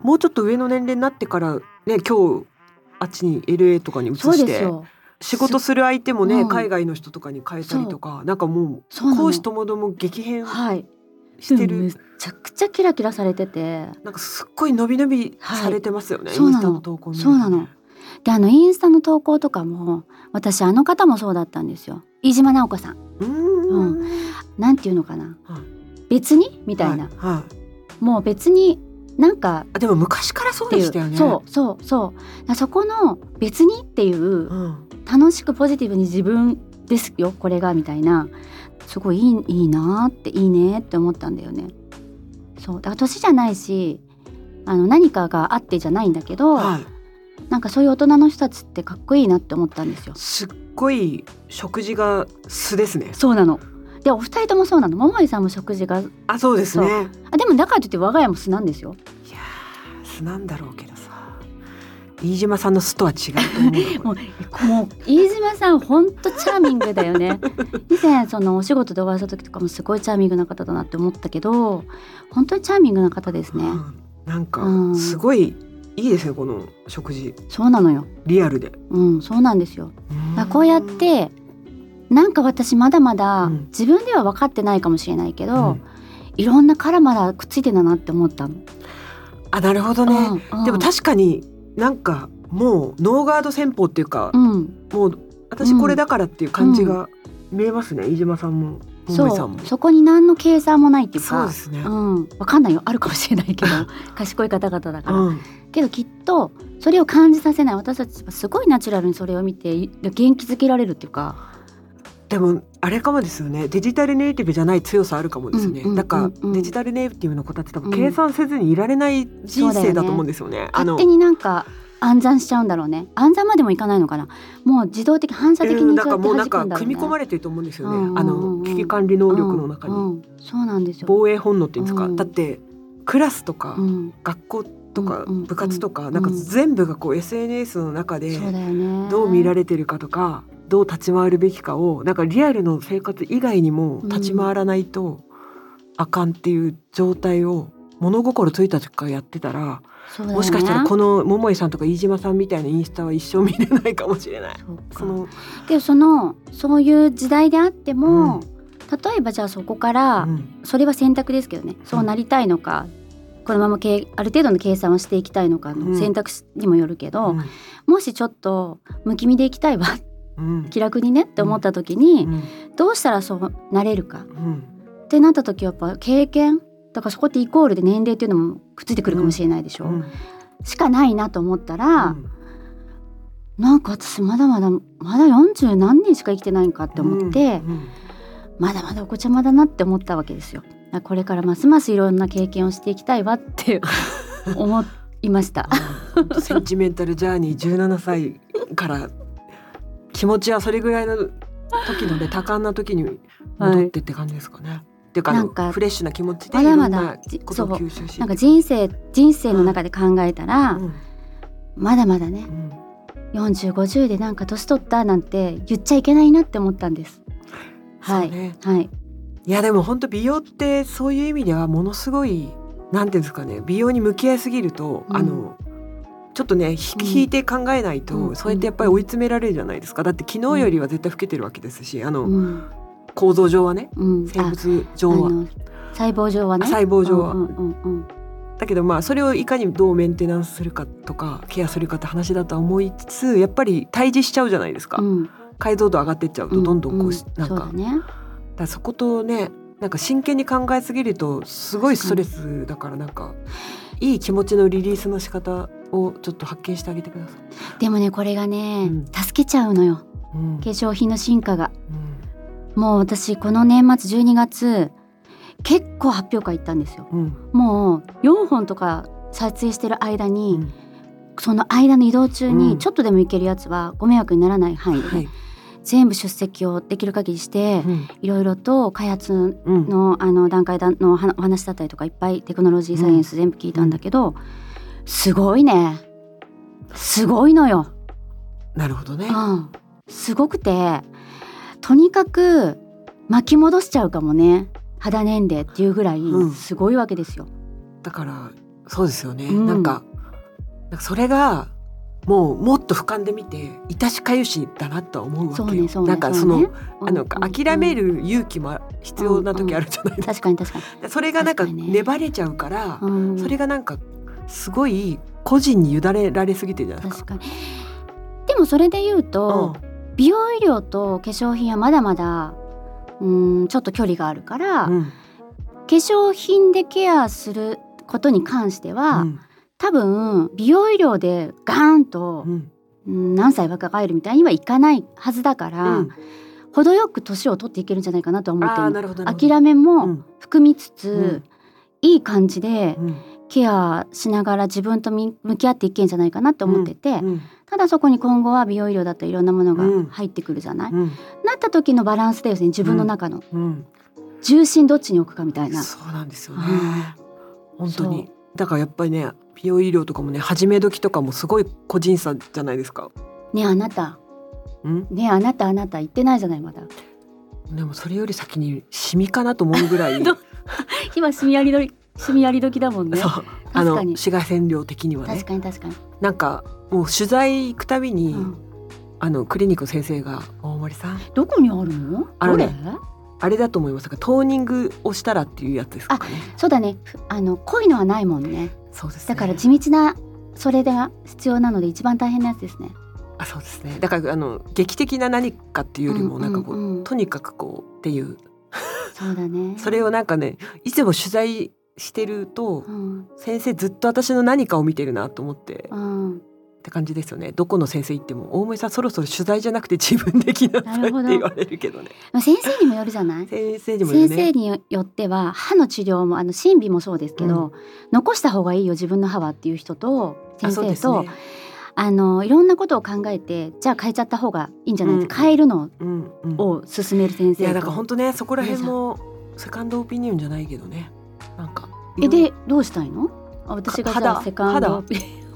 Speaker 3: もうちょっと上の年齢になってからね今日あっちに LA とかに移
Speaker 2: そう
Speaker 3: し
Speaker 2: です
Speaker 3: て
Speaker 2: よ
Speaker 3: 仕事する相手も
Speaker 2: う
Speaker 3: ね
Speaker 2: ん
Speaker 3: 海外の人とかに変えたりとかなんかもう
Speaker 2: そうなの
Speaker 3: 講師ともども激変
Speaker 2: はい
Speaker 3: し
Speaker 2: め
Speaker 3: てる
Speaker 2: ちゃくちゃキラキラされてて
Speaker 3: なんかすっごい伸び伸びされてますよ
Speaker 2: は
Speaker 3: ね、
Speaker 2: い
Speaker 3: インスタの投稿見ると
Speaker 2: そうなのであのインスタの投稿とかも私あの方もそうだったんですよ飯島直子さん
Speaker 3: うーん
Speaker 2: なんていうのかな、
Speaker 3: はい
Speaker 2: 別にみたいな、
Speaker 3: はいはい
Speaker 2: もう別になんか
Speaker 3: あでも昔からそ
Speaker 2: っ
Speaker 3: う
Speaker 2: て
Speaker 3: で
Speaker 2: い
Speaker 3: したよ
Speaker 2: う
Speaker 3: ね
Speaker 2: そうそうそうだからそこの別にっていう
Speaker 3: うん
Speaker 2: 楽しくポジティブに自分ですよこれがみたいなすごいいいいいなっていいねって思ったんだよね。そうだから年じゃないしあの何かがあってじゃないんだけど、
Speaker 3: はい
Speaker 2: なんかそういう大人の人たちってかっこいいなって思ったんですよ。
Speaker 3: すっごい食事が素ですね
Speaker 2: そうなのでお二人ともそうなの桃井さんも食事が
Speaker 3: あそうですね
Speaker 2: あでもだからといって我が家も素なんですよ。
Speaker 3: いやー素なんだろうけどさ飯島さんの素とは違う と思うなこれ
Speaker 2: もうもう飯島さん本当チャーミングだよ ね以前そのお仕事でお会いした時とかもすごいチャーミングな方だなって思ったけど本当にチャーミングな方ですね、
Speaker 3: うんなんか
Speaker 2: うん
Speaker 3: すごいいいですねこの食事
Speaker 2: そうなのよ
Speaker 3: リアルで
Speaker 2: うんそうなんですよだからこうやっ
Speaker 3: うん
Speaker 2: てなんか私まだまだ
Speaker 3: うん
Speaker 2: 自分では分かってないかもしれないけど、
Speaker 3: うん
Speaker 2: いろんなからまらくっついてんだなって思ったの、
Speaker 3: あなるほどね、
Speaker 2: うんうん
Speaker 3: でも確かになんかもうノーガード戦法っていうか
Speaker 2: う、ん
Speaker 3: もう私これだからっていう感じが見えますね、飯島さんも
Speaker 2: そ
Speaker 3: 桃井さん
Speaker 2: う
Speaker 3: も
Speaker 2: そこに何の計算もないっていう
Speaker 3: そう
Speaker 2: か
Speaker 3: ですね、
Speaker 2: うん、分かんないよあるかもしれ ないけど賢い方々だから、
Speaker 3: うん
Speaker 2: けどきっとそれを感じさせない私たちはすごいナチュラルにそれを見て元気づけられるっていうか
Speaker 3: でもあれかもですよねデジタルネイティブじゃない強さあるかもですね、
Speaker 2: うんうん
Speaker 3: だ
Speaker 2: う
Speaker 3: か
Speaker 2: んう
Speaker 3: ら
Speaker 2: ん
Speaker 3: デジタルネイティブの子たち多分
Speaker 2: うん
Speaker 3: 計算せずにいられない人生だと思うんですよね,、あ
Speaker 2: 勝
Speaker 3: の
Speaker 2: 手になんか暗算しちゃうんだろうね暗算までもいかないのかなもう自動的反射的
Speaker 3: うん
Speaker 2: に
Speaker 3: だ
Speaker 2: そうや
Speaker 3: から
Speaker 2: って
Speaker 3: もう
Speaker 2: 弾
Speaker 3: な
Speaker 2: く
Speaker 3: んか
Speaker 2: んだろう
Speaker 3: 組
Speaker 2: ね
Speaker 3: み込まれてると思うんですよね、
Speaker 2: うんうんうんうん
Speaker 3: あの危機管理能力の中に、
Speaker 2: うんうんそうなんですよ
Speaker 3: 防衛本能っていうんですか、
Speaker 2: うん
Speaker 3: だってクラスとか、
Speaker 2: うん
Speaker 3: 学校とか
Speaker 2: うんうん
Speaker 3: 部活とか、
Speaker 2: うん
Speaker 3: なんか全部がこう SNS の中で
Speaker 2: そうだよね
Speaker 3: どう見ら
Speaker 2: れ
Speaker 3: れてるかとかどう立ち回るべきかをなんかリアルの生活以外にも
Speaker 2: うん
Speaker 3: 立ち回らないとあかんっていう状態を物心ついた時からやってたら、
Speaker 2: そうだよね
Speaker 3: もしかしたらこの桃井さんとか飯島さんみたいなインスタは一生見れないかもしれない。
Speaker 2: そうか
Speaker 3: その
Speaker 2: けどそのそういう時代であっても、
Speaker 3: うん
Speaker 2: 例えばじゃあそこから、
Speaker 3: うん
Speaker 2: それは選択ですけどねそうなりたいのか、このままけいある程度の計算をしていきたいのか
Speaker 3: う
Speaker 2: の
Speaker 3: ん
Speaker 2: 選択肢にもよるけど、もしちょっとむきみでいきたいわ
Speaker 3: うん
Speaker 2: 気楽にねって思った時
Speaker 3: う
Speaker 2: に、
Speaker 3: ん
Speaker 2: どうしたらそうなれるか
Speaker 3: うん
Speaker 2: ってなった時はやっぱ経験だからそこってイコールで年齢っていうのもくっついてくるかもしれないでしょ、
Speaker 3: うん
Speaker 2: しかないなと思ったら、
Speaker 3: うん
Speaker 2: なんか私まだまだまだ40何年しか生きてないんかって思って。
Speaker 3: うん
Speaker 2: まだまだお子ちゃまだなって思ったわけですよ。あこれからますますいろんな経験をしていきたいわって 思いました。
Speaker 3: うんセンチメンタルジャーニー17歳から気持ちはそれぐらいの時のね多感な時に戻ってって感じですかね。っていうかあ
Speaker 2: なんか
Speaker 3: のフレッシュな気持ちで
Speaker 2: ま
Speaker 3: い
Speaker 2: だ
Speaker 3: ろ
Speaker 2: ま
Speaker 3: ん
Speaker 2: だ
Speaker 3: な
Speaker 2: じ
Speaker 3: ことを
Speaker 2: そう
Speaker 3: 吸収し
Speaker 2: なんか人生人生の中で考えたら、
Speaker 3: うん
Speaker 2: まだまだね
Speaker 3: うん
Speaker 2: 4050でなんか年取ったなんて言っちゃいけないなって思ったんです。は
Speaker 3: そう
Speaker 2: い、
Speaker 3: ね
Speaker 2: はい、
Speaker 3: いやでも本当美容ってそういう意味ではものすごいなんていうんですかね美容に向き合いすぎると、
Speaker 2: うん
Speaker 3: あのちょっとねひ
Speaker 2: うん
Speaker 3: 引いて考えないと、
Speaker 2: うん
Speaker 3: そうやってやっぱり追い詰められるじゃないですかだって昨日よりは絶対老けてるわけですしあの、
Speaker 2: うん、
Speaker 3: 構造上はね
Speaker 2: うん、
Speaker 3: 生
Speaker 2: あ、
Speaker 3: 物
Speaker 2: あ
Speaker 3: 上は
Speaker 2: の細胞上はね、
Speaker 3: 細胞上は、
Speaker 2: うんうんうん
Speaker 3: だけどまあそれをいかにどうメンテナンスするかとかケアするかって話だとは思いつつやっぱり対峙しちゃうじゃないですか、
Speaker 2: うん、うん
Speaker 3: 解像度上がってっちゃうとどんどんこうし、なんか
Speaker 2: そう
Speaker 3: そ
Speaker 2: だね、
Speaker 3: からそことねなんか真剣に考えすぎるとすごいストレスだからなんかいい気持ちのリリースの仕方をちょっと発見してあげてください。
Speaker 2: でもねこれがね、
Speaker 3: うん
Speaker 2: 助けちゃうのよ
Speaker 3: うん
Speaker 2: 化粧品の進化が。
Speaker 3: う
Speaker 2: もう私この年末12月結構発表会行ったんですよ
Speaker 3: んうん
Speaker 2: もう4本とか撮影してる間に、
Speaker 3: うん
Speaker 2: その間の移動中
Speaker 3: う
Speaker 2: に
Speaker 3: ん
Speaker 2: ちょっとでも行けるやつはご迷惑にならない範囲でね、
Speaker 3: はい
Speaker 2: 全部出席をできる限りして、
Speaker 3: うん
Speaker 2: いろいろと開発
Speaker 3: うん
Speaker 2: のあの段階だのお話お話だったりとかいっぱいテクノロジーサイエンス全部聞いたんだけど、すごいねすごいのよ。
Speaker 3: なるほどね。
Speaker 2: うん、すごくてとにかく巻き戻しちゃうかもね肌年齢っていうぐらい
Speaker 3: うん
Speaker 2: すごいわけですよ。
Speaker 3: だからそうですよね、
Speaker 2: うん
Speaker 3: なんかなんかそれがもうもっと俯瞰で見て致しかゆしだなとは思うわ
Speaker 2: そう
Speaker 3: けよ、
Speaker 2: ねそうね
Speaker 3: なんかそうの
Speaker 2: ね
Speaker 3: あの諦める勇気も必要な時あるじゃない
Speaker 2: うんうん
Speaker 3: です
Speaker 2: 確かに確かに、
Speaker 3: かそれがなんか
Speaker 2: 確かにね
Speaker 3: 粘れちゃうから、
Speaker 2: うん、
Speaker 3: それがなんかすごい個人に委ねられすぎてるじゃないです
Speaker 2: 確
Speaker 3: か。
Speaker 2: かにでもそれで言うと、美容医療と化粧品はまだまだうんちょっと距離があるから、
Speaker 3: うん
Speaker 2: 化
Speaker 3: うん
Speaker 2: 粧品でケアすることに関しては、
Speaker 3: うん
Speaker 2: 多分美容医療でガーンと
Speaker 3: う、ん
Speaker 2: うん何歳若返るみたいにはいかないはずだから、
Speaker 3: うん
Speaker 2: 程よく年を取っていけるんじゃないかなとは思って
Speaker 3: ああ
Speaker 2: る
Speaker 3: なるほどなるほど
Speaker 2: 諦め
Speaker 3: う
Speaker 2: も
Speaker 3: ん
Speaker 2: 含みつつ、
Speaker 3: うん
Speaker 2: いい感じで
Speaker 3: うん
Speaker 2: ケアしながら自分とみ向き合っていけんじゃないかなって思ってて、
Speaker 3: うん
Speaker 2: ただそこに今後は美容医療だったりいろんなものが
Speaker 3: うん
Speaker 2: 入ってくるじゃない、
Speaker 3: うん
Speaker 2: なった時のバランスだよね自分の中の
Speaker 3: うん
Speaker 2: 重心どっちに置くかみたいな、
Speaker 3: そうなんですよね
Speaker 2: あ
Speaker 3: 本当にだからやっぱりね美容医療とかもね始め時とかもすごい個人差じゃないですか。
Speaker 2: ねえあなた
Speaker 3: うん、
Speaker 2: ねえあなたあなた言ってないじゃないまだ
Speaker 3: でもそれより先にシミかなと思うぐらい
Speaker 2: ど今シミやりどりシミやり時だもんね
Speaker 3: そうあ
Speaker 2: 確
Speaker 3: の
Speaker 2: かに
Speaker 3: 紫外線量的にはね
Speaker 2: 確かに確かに、
Speaker 3: なんかもう取材行くたびに、
Speaker 2: うん
Speaker 3: あのクリニックの先生が「大森さん
Speaker 2: どこにあるの
Speaker 3: あのね
Speaker 2: どれ
Speaker 3: あれだと思いますがトーニングをしたら」っていうやつですかね。
Speaker 2: そうだねふあの濃いのはないもんね
Speaker 3: そうですね
Speaker 2: だから地道なそれが必要なので一番大変なやつですね
Speaker 3: あそうですねだからあの劇的な何かっていうよりも
Speaker 2: うん
Speaker 3: なんかこう,、
Speaker 2: うんうん
Speaker 3: とにかくこうっていう
Speaker 2: そうだね
Speaker 3: それをなんかねいつも取材してると
Speaker 2: うん
Speaker 3: 先生ずっと私の何かを見てるなと思って
Speaker 2: う
Speaker 3: っ
Speaker 2: ん
Speaker 3: て感じですよねどこの先生行っても大森さんそろそろ取材じゃなくて自分で来なさい
Speaker 2: な
Speaker 3: っ
Speaker 2: るほ
Speaker 3: て
Speaker 2: ど
Speaker 3: 言われるけどね
Speaker 2: まあ先生にもよるじゃない
Speaker 3: 先生にも
Speaker 2: 先
Speaker 3: よる
Speaker 2: 生
Speaker 3: ね
Speaker 2: によっては歯の治療もあの審美もそうですけど、残した方がいいよ自分の歯はっていう人と
Speaker 3: あ
Speaker 2: 先
Speaker 3: そう
Speaker 2: 生
Speaker 3: です
Speaker 2: とあ、
Speaker 3: ね
Speaker 2: のいろんなことを考えてじゃあ変えちゃった方がいいんじゃない、
Speaker 3: うん
Speaker 2: 変えるの
Speaker 3: うんうん、
Speaker 2: を勧める先
Speaker 3: い
Speaker 2: 生
Speaker 3: や
Speaker 2: と
Speaker 3: だから本当ねそこら辺もセカンドオピニオンじゃないけどねなんか
Speaker 2: えでどうしたいのあ私がじゃあ
Speaker 3: 肌
Speaker 2: セカンド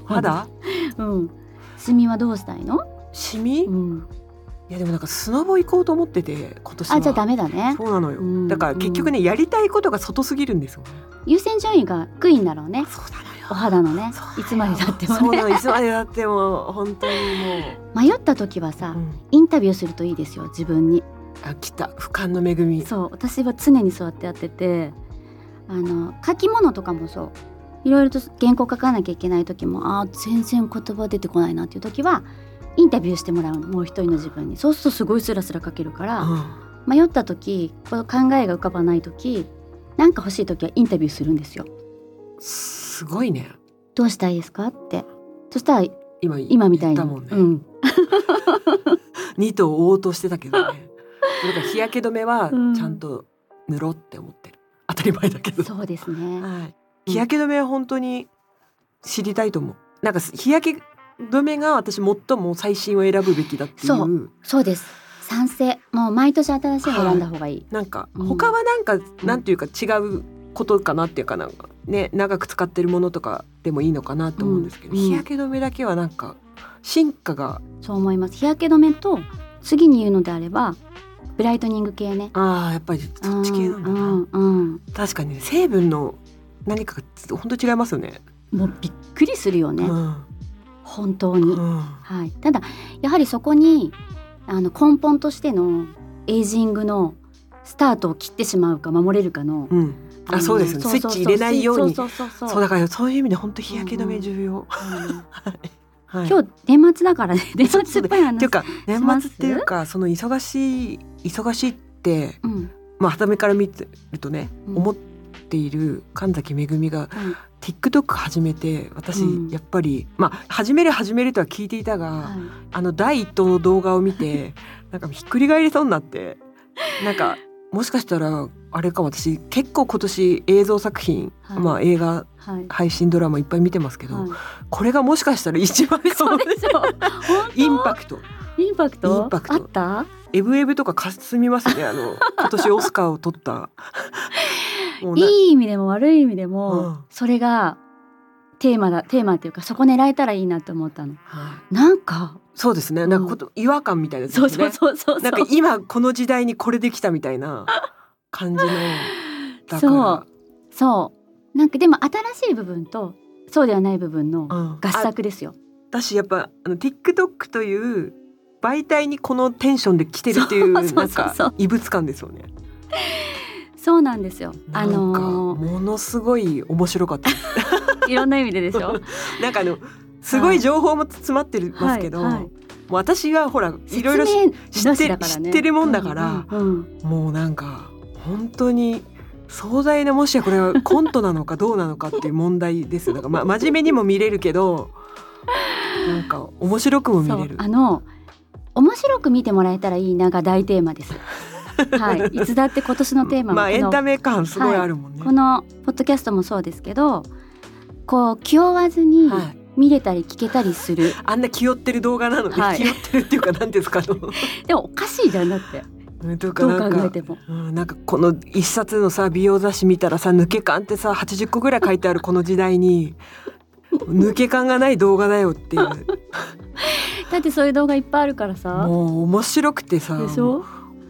Speaker 3: 肌
Speaker 2: うんシミはどうしたいの、
Speaker 3: シミ、
Speaker 2: う
Speaker 3: い
Speaker 2: ん、
Speaker 3: やでもなんかスノボ行こうと思ってて今年は
Speaker 2: あじゃあダメだね
Speaker 3: そうなのよ、
Speaker 2: うん
Speaker 3: だから結局ねやりたいことが外すぎるんですよね、
Speaker 2: 優先順位が低いんだろうね
Speaker 3: そうなのよ
Speaker 2: お肌のね
Speaker 3: そうなの
Speaker 2: い
Speaker 3: よ
Speaker 2: つまでたって
Speaker 3: そ
Speaker 2: も
Speaker 3: うな
Speaker 2: ね
Speaker 3: のいつまでだっても本当にも
Speaker 2: 迷った時はさ、
Speaker 3: う、うん
Speaker 2: インタビューするといいですよ自分に
Speaker 3: あ来た俯瞰の恵み
Speaker 2: そう私は常にそうやってやっててあの書き物とかもそういろいろと原稿書かなきゃいけない時もあー全然言葉出てこないなっていう時はインタビューしてもらうのもう一人の自分にそうするとすごいスラスラ書けるから、
Speaker 3: うん
Speaker 2: 迷った時この考えが浮かばない時なんか欲しい時はインタビューするんですよ
Speaker 3: すごいね
Speaker 2: どうしたいですかってそしたら
Speaker 3: 今
Speaker 2: 今みたいに
Speaker 3: 言ったもんね、
Speaker 2: うん、
Speaker 3: 二頭を追おうとしてたけどねだから日焼け止めは
Speaker 2: うん
Speaker 3: ちゃんと塗ろうって思ってる、当たり前だけど
Speaker 2: そうです ね
Speaker 3: はい、日焼け止めは本当に知りたいと思うなんか日焼け止めが私最も最新を選ぶべきだってい
Speaker 2: そうそうです賛成もう毎年新しいの選んだ方がいい、
Speaker 3: なんか
Speaker 2: うん
Speaker 3: 他はなんか、なんていうか違うことかなっていうかなんかね長く使ってるものとかでもいいのかなと思うんですけど、
Speaker 2: うん
Speaker 3: 日焼け止めだけはなんか進化が
Speaker 2: そう思います日焼け止めと次に言うのであればブライトニング系ね
Speaker 3: ああやっぱりそっち系なんだな、
Speaker 2: うんうん
Speaker 3: 確かにね成分の何かが本当違いますよね。
Speaker 2: もうびっくりするよね、
Speaker 3: うん
Speaker 2: 本当に、
Speaker 3: うん
Speaker 2: はい、ただやはりそこにあの根本としてのエイジングのスタートを切ってしまうか守れるかの、
Speaker 3: うん、
Speaker 2: の
Speaker 3: あそうですねスイッチ入れないように
Speaker 2: そうそうそう
Speaker 3: そうだからそういう意味で本当日焼け止め重要、
Speaker 2: あの
Speaker 3: はい、
Speaker 2: 今日年末だから ね年末すっぱい話
Speaker 3: っていうか
Speaker 2: しま
Speaker 3: 年
Speaker 2: す
Speaker 3: 末っていうかその忙しい忙しいって
Speaker 2: うんうん
Speaker 3: まあは目から見てるとね、
Speaker 2: うん
Speaker 3: 思っている神崎めぐみが TikTok 始めて私
Speaker 2: うん
Speaker 3: やっぱり、まあ始める始めるとは聞いていたが、
Speaker 2: はい
Speaker 3: あの第一党の動画を 見てなんかひっくり返りそうになってなんかもしかしたらあれかも私結構今年映像作品、
Speaker 2: はい
Speaker 3: まあ映画
Speaker 2: はい
Speaker 3: 配信ドラマいっぱい見てますけど、
Speaker 2: はい
Speaker 3: これがもしかしたら一番か
Speaker 2: そ
Speaker 3: も
Speaker 2: うでしょ本当
Speaker 3: インパクト
Speaker 2: インパクト
Speaker 3: インパクト
Speaker 2: あった
Speaker 3: エブエブとかかすみますねあの今年オスカーを 取ったもうない
Speaker 2: い意味でも悪い意味でも、
Speaker 3: うん
Speaker 2: それがテーマだテーマっていうかそこ狙えたらいいなと思ったの
Speaker 3: はい
Speaker 2: なんか
Speaker 3: そうですねなんかこと、違和感みたいなやつです
Speaker 2: そ
Speaker 3: ね
Speaker 2: うそうそうそう
Speaker 3: なんか今この時代にこれできたみたいな感じのだから
Speaker 2: そうなんかでも新しい部分とそうではない部分の
Speaker 3: うん
Speaker 2: 合作ですよ
Speaker 3: だしやっぱあの TikTok という媒体にこのテンションで来てるっていう
Speaker 2: そうそうそう
Speaker 3: なんか
Speaker 2: そう
Speaker 3: 異物感ですよね。
Speaker 2: そうなんですよ。あ
Speaker 3: なんか
Speaker 2: の
Speaker 3: ものすごい面白 かった。
Speaker 2: ーいろんな意味ででしょ。
Speaker 3: なんかあのすごい情報も詰まってますけど、
Speaker 2: はいはい
Speaker 3: もう私はほら いろいろ知
Speaker 2: 説明なしだからね
Speaker 3: 知ってるもんだから
Speaker 2: うんうんうん
Speaker 3: もうなんか本当に壮大なもしやこれはコントなのかどうなのかっていう問題ですよだか ら、ま、真面目にも見れるけどなんか面白くも見
Speaker 2: そ
Speaker 3: れ
Speaker 2: う
Speaker 3: る
Speaker 2: あの面白く見てもらえたらいいなが大テーマ です。はい、いつだって今年のテーマは
Speaker 3: まあエ
Speaker 2: こ
Speaker 3: ン
Speaker 2: の
Speaker 3: タメ感すごいあるもんね。
Speaker 2: このポッドキャストもそうですけどこう気負わずに
Speaker 3: はい
Speaker 2: 見れたり聞けたりす る、
Speaker 3: あんな気負ってる動画なので、
Speaker 2: はい
Speaker 3: 気負ってるっていうか何ですかあ の
Speaker 2: でもおかしいじゃんだって
Speaker 3: うんとか
Speaker 2: どう
Speaker 3: なん
Speaker 2: 考え
Speaker 3: か
Speaker 2: ても
Speaker 3: うん、なんかこの一冊のさ美容雑誌見たらさ抜け感ってさ80個ぐらい書いてあるこの時代に抜け感がない動画だよっていう
Speaker 2: だってそういう動画いっぱいあるからさ
Speaker 3: もう面白くてさ
Speaker 2: でしょ、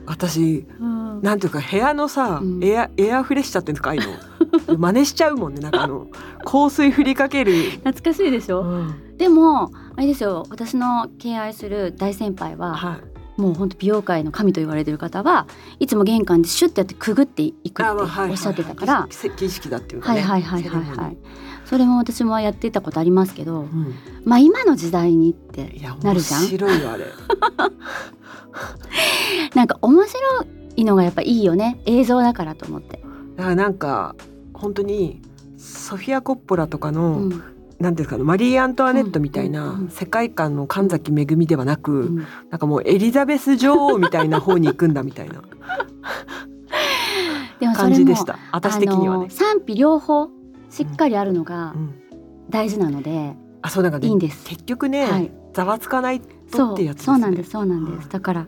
Speaker 3: 私
Speaker 2: うん、
Speaker 3: なんていうか部屋のさ、
Speaker 2: うん
Speaker 3: エアエアフレッシャーっていうんですかああいう の真似しちゃうもんねなんかあの香水振りかける、
Speaker 2: 懐かしいでし
Speaker 3: う
Speaker 2: ょ、
Speaker 3: ん
Speaker 2: でもあれですよ私の敬愛する大先輩は
Speaker 3: はい、
Speaker 2: もう本当美容界の神と言われてる方はいつも玄関でシュッてやってくぐっていくって
Speaker 3: あまあはい
Speaker 2: おっしゃってたから、
Speaker 3: はいはい儀式だっていうか
Speaker 2: はい
Speaker 3: ね
Speaker 2: はいはいはい
Speaker 3: セレ
Speaker 2: は
Speaker 3: モニ
Speaker 2: い。それも私もやってたことありますけど、
Speaker 3: ーうん
Speaker 2: まあ今の時代にって
Speaker 3: いや
Speaker 2: な
Speaker 3: 面
Speaker 2: るじゃん
Speaker 3: 白いよあれ
Speaker 2: なんか面白いのがやっぱいいよね映像だからと思って。
Speaker 3: だからなんか本当にソフィア・コッポラとか
Speaker 2: う
Speaker 3: の、
Speaker 2: ん
Speaker 3: なんていうんですかねマリー・アントワネットみたい
Speaker 2: うん
Speaker 3: な
Speaker 2: うんうん
Speaker 3: 世界観の神崎恵ではなく、
Speaker 2: うん
Speaker 3: なんかもうエリザベス女王みたいな方に行くんだみたいな
Speaker 2: でもそ
Speaker 3: 感
Speaker 2: れ
Speaker 3: じで
Speaker 2: も
Speaker 3: した私的には
Speaker 2: あの
Speaker 3: ね。
Speaker 2: 賛否両方しっかりあるのが
Speaker 3: うん
Speaker 2: 大事なので、
Speaker 3: あそうなんかね
Speaker 2: いいんです
Speaker 3: 結局ね、
Speaker 2: はい。
Speaker 3: ざわつかないと
Speaker 2: そ
Speaker 3: っ
Speaker 2: う
Speaker 3: ていうやつです
Speaker 2: そ
Speaker 3: ね。
Speaker 2: うなんですそうなんで
Speaker 3: は
Speaker 2: す。
Speaker 3: い
Speaker 2: だから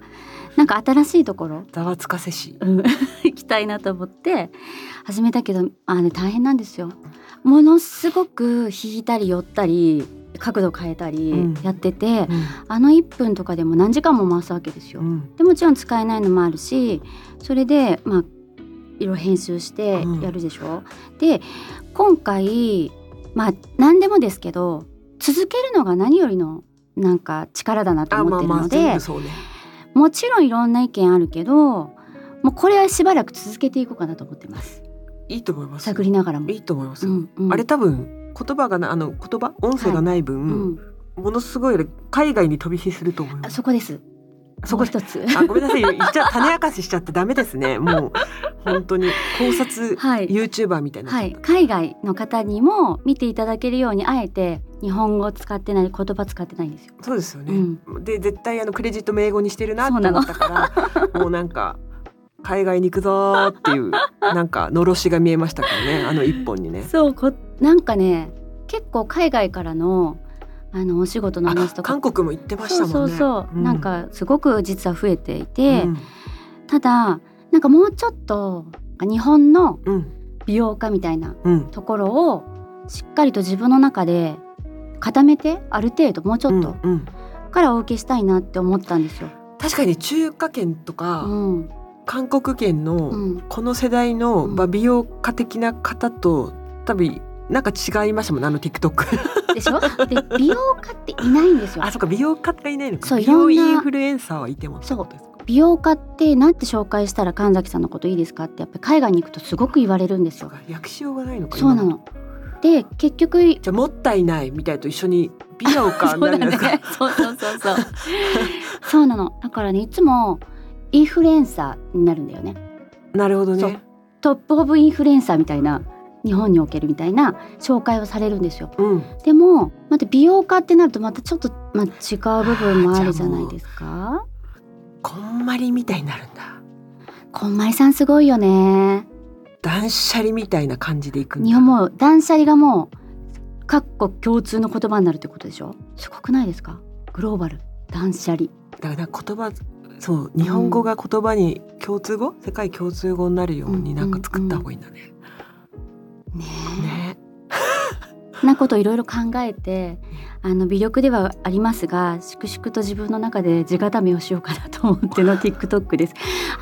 Speaker 2: なんか新しいところ。
Speaker 3: ざわつかせし。
Speaker 2: うん 行きたいなと思って始めたけどあの大変なんですよ。ものすごく引いたり寄ったり角度変えた
Speaker 3: うん
Speaker 2: りやってて、
Speaker 3: う
Speaker 2: あの1分とかでも何時間も回すわけですよ。
Speaker 3: ん、
Speaker 2: でもちろん使えないのもあるしそれでまあいろいろ編集して
Speaker 3: うん
Speaker 2: やるでしょ。で今回まあ何でもですけど続けるのが何よりのなんか力だなと
Speaker 3: あ
Speaker 2: 思
Speaker 3: ま
Speaker 2: っ
Speaker 3: あ
Speaker 2: てる
Speaker 3: まあ
Speaker 2: ので、
Speaker 3: 全部そうね。
Speaker 2: もちろんいろんな意見あるけどもうこれはしばらく続けていこうかなと思ってます
Speaker 3: いいと思いますよ。
Speaker 2: 探りながらも。
Speaker 3: いいと思います
Speaker 2: う
Speaker 3: よ。
Speaker 2: んうん
Speaker 3: あれ多分言葉がなあの言葉音声がない
Speaker 2: うん
Speaker 3: 分、ものすごい海外に飛び火すると思いま
Speaker 2: あ
Speaker 3: す。
Speaker 2: そこです
Speaker 3: そ
Speaker 2: も
Speaker 3: こ
Speaker 2: う一つ
Speaker 3: あごめんなさい言っちゃ種明かししちゃってダメですねもう本当に考察
Speaker 2: はい、
Speaker 3: ユーチューバーみたいにな
Speaker 2: はい、海外の方にも見ていただけるようにあえて日本語使ってない言葉使ってないんですよ
Speaker 3: そうですよね、で絶対あのクレジットも英語にしてるな
Speaker 2: そう
Speaker 3: と
Speaker 2: な
Speaker 3: 思
Speaker 2: の
Speaker 3: った からもうなんか海外に行くぞーっていうなんかのろしが見えましたからねあの一本にね
Speaker 2: そうこなんかね結構海外からのあのお仕事の
Speaker 3: あ
Speaker 2: 話とか
Speaker 3: 韓国も行ってまし
Speaker 2: そ
Speaker 3: た
Speaker 2: うそ
Speaker 3: もん
Speaker 2: う
Speaker 3: ね
Speaker 2: そう、
Speaker 3: ん
Speaker 2: なんかすごく実は増えていて、
Speaker 3: うん
Speaker 2: ただなんかもうちょっと日本の
Speaker 3: うん
Speaker 2: 美容家みたいな
Speaker 3: うん
Speaker 2: ところをしっかりと自分の中で固めてある程度もうちょっと
Speaker 3: うんうん
Speaker 2: からお受けしたいなって思ったんですよ。
Speaker 3: 確かに中華圏とか、
Speaker 2: うん
Speaker 3: 韓国圏の、
Speaker 2: うん、
Speaker 3: この世代の、
Speaker 2: うん
Speaker 3: まあ、美容家的な方と多分なんか違いましたもんねあの TikTok
Speaker 2: でしょ で美容家っていないんですよ
Speaker 3: あ。そっか美容家がいないのか
Speaker 2: そう
Speaker 3: 美容
Speaker 2: い
Speaker 3: イ
Speaker 2: ろんな
Speaker 3: ンフルエンサーはいてもってことですか
Speaker 2: 美容家ってなんて紹介したら神崎さんのこといいですかってやっぱり海外に行くとすごく言われるんです
Speaker 3: そう
Speaker 2: よ。
Speaker 3: か訳しようがないのか
Speaker 2: そうな
Speaker 3: 今
Speaker 2: の。で結局
Speaker 3: じゃあもったいないみたいと一緒に美容 家
Speaker 2: そ
Speaker 3: に
Speaker 2: う
Speaker 3: な
Speaker 2: だ
Speaker 3: るんですか、
Speaker 2: ね。 そうそうそうそう。そうなの。だからねいつもインフルエンサーになるんだよね。
Speaker 3: なるほどね
Speaker 2: トップオブインフルエンサーみたいな日本におけるみたいな紹介をされるんですよ。
Speaker 3: うん
Speaker 2: でもまた美容家ってなるとまたちょっと、まあ、違う部分もあるじゃないですか。
Speaker 3: こんまりみたいになるんだ
Speaker 2: こんまりさんすごいよね。
Speaker 3: 断捨離みたいな感じでいくんだ
Speaker 2: 日本も断捨離がもう各国共通の言葉になるってことでしょすごくないですかグローバル断捨離
Speaker 3: だからなんか言葉そう日本語が言葉に共通語、世界共通語になるようになんか作った方がいいんだね、
Speaker 2: ね
Speaker 3: ね
Speaker 2: えなこといろいろ考えてあの微力ではありますが粛々と自分の中で地固めをしようかなと思っての TikTok です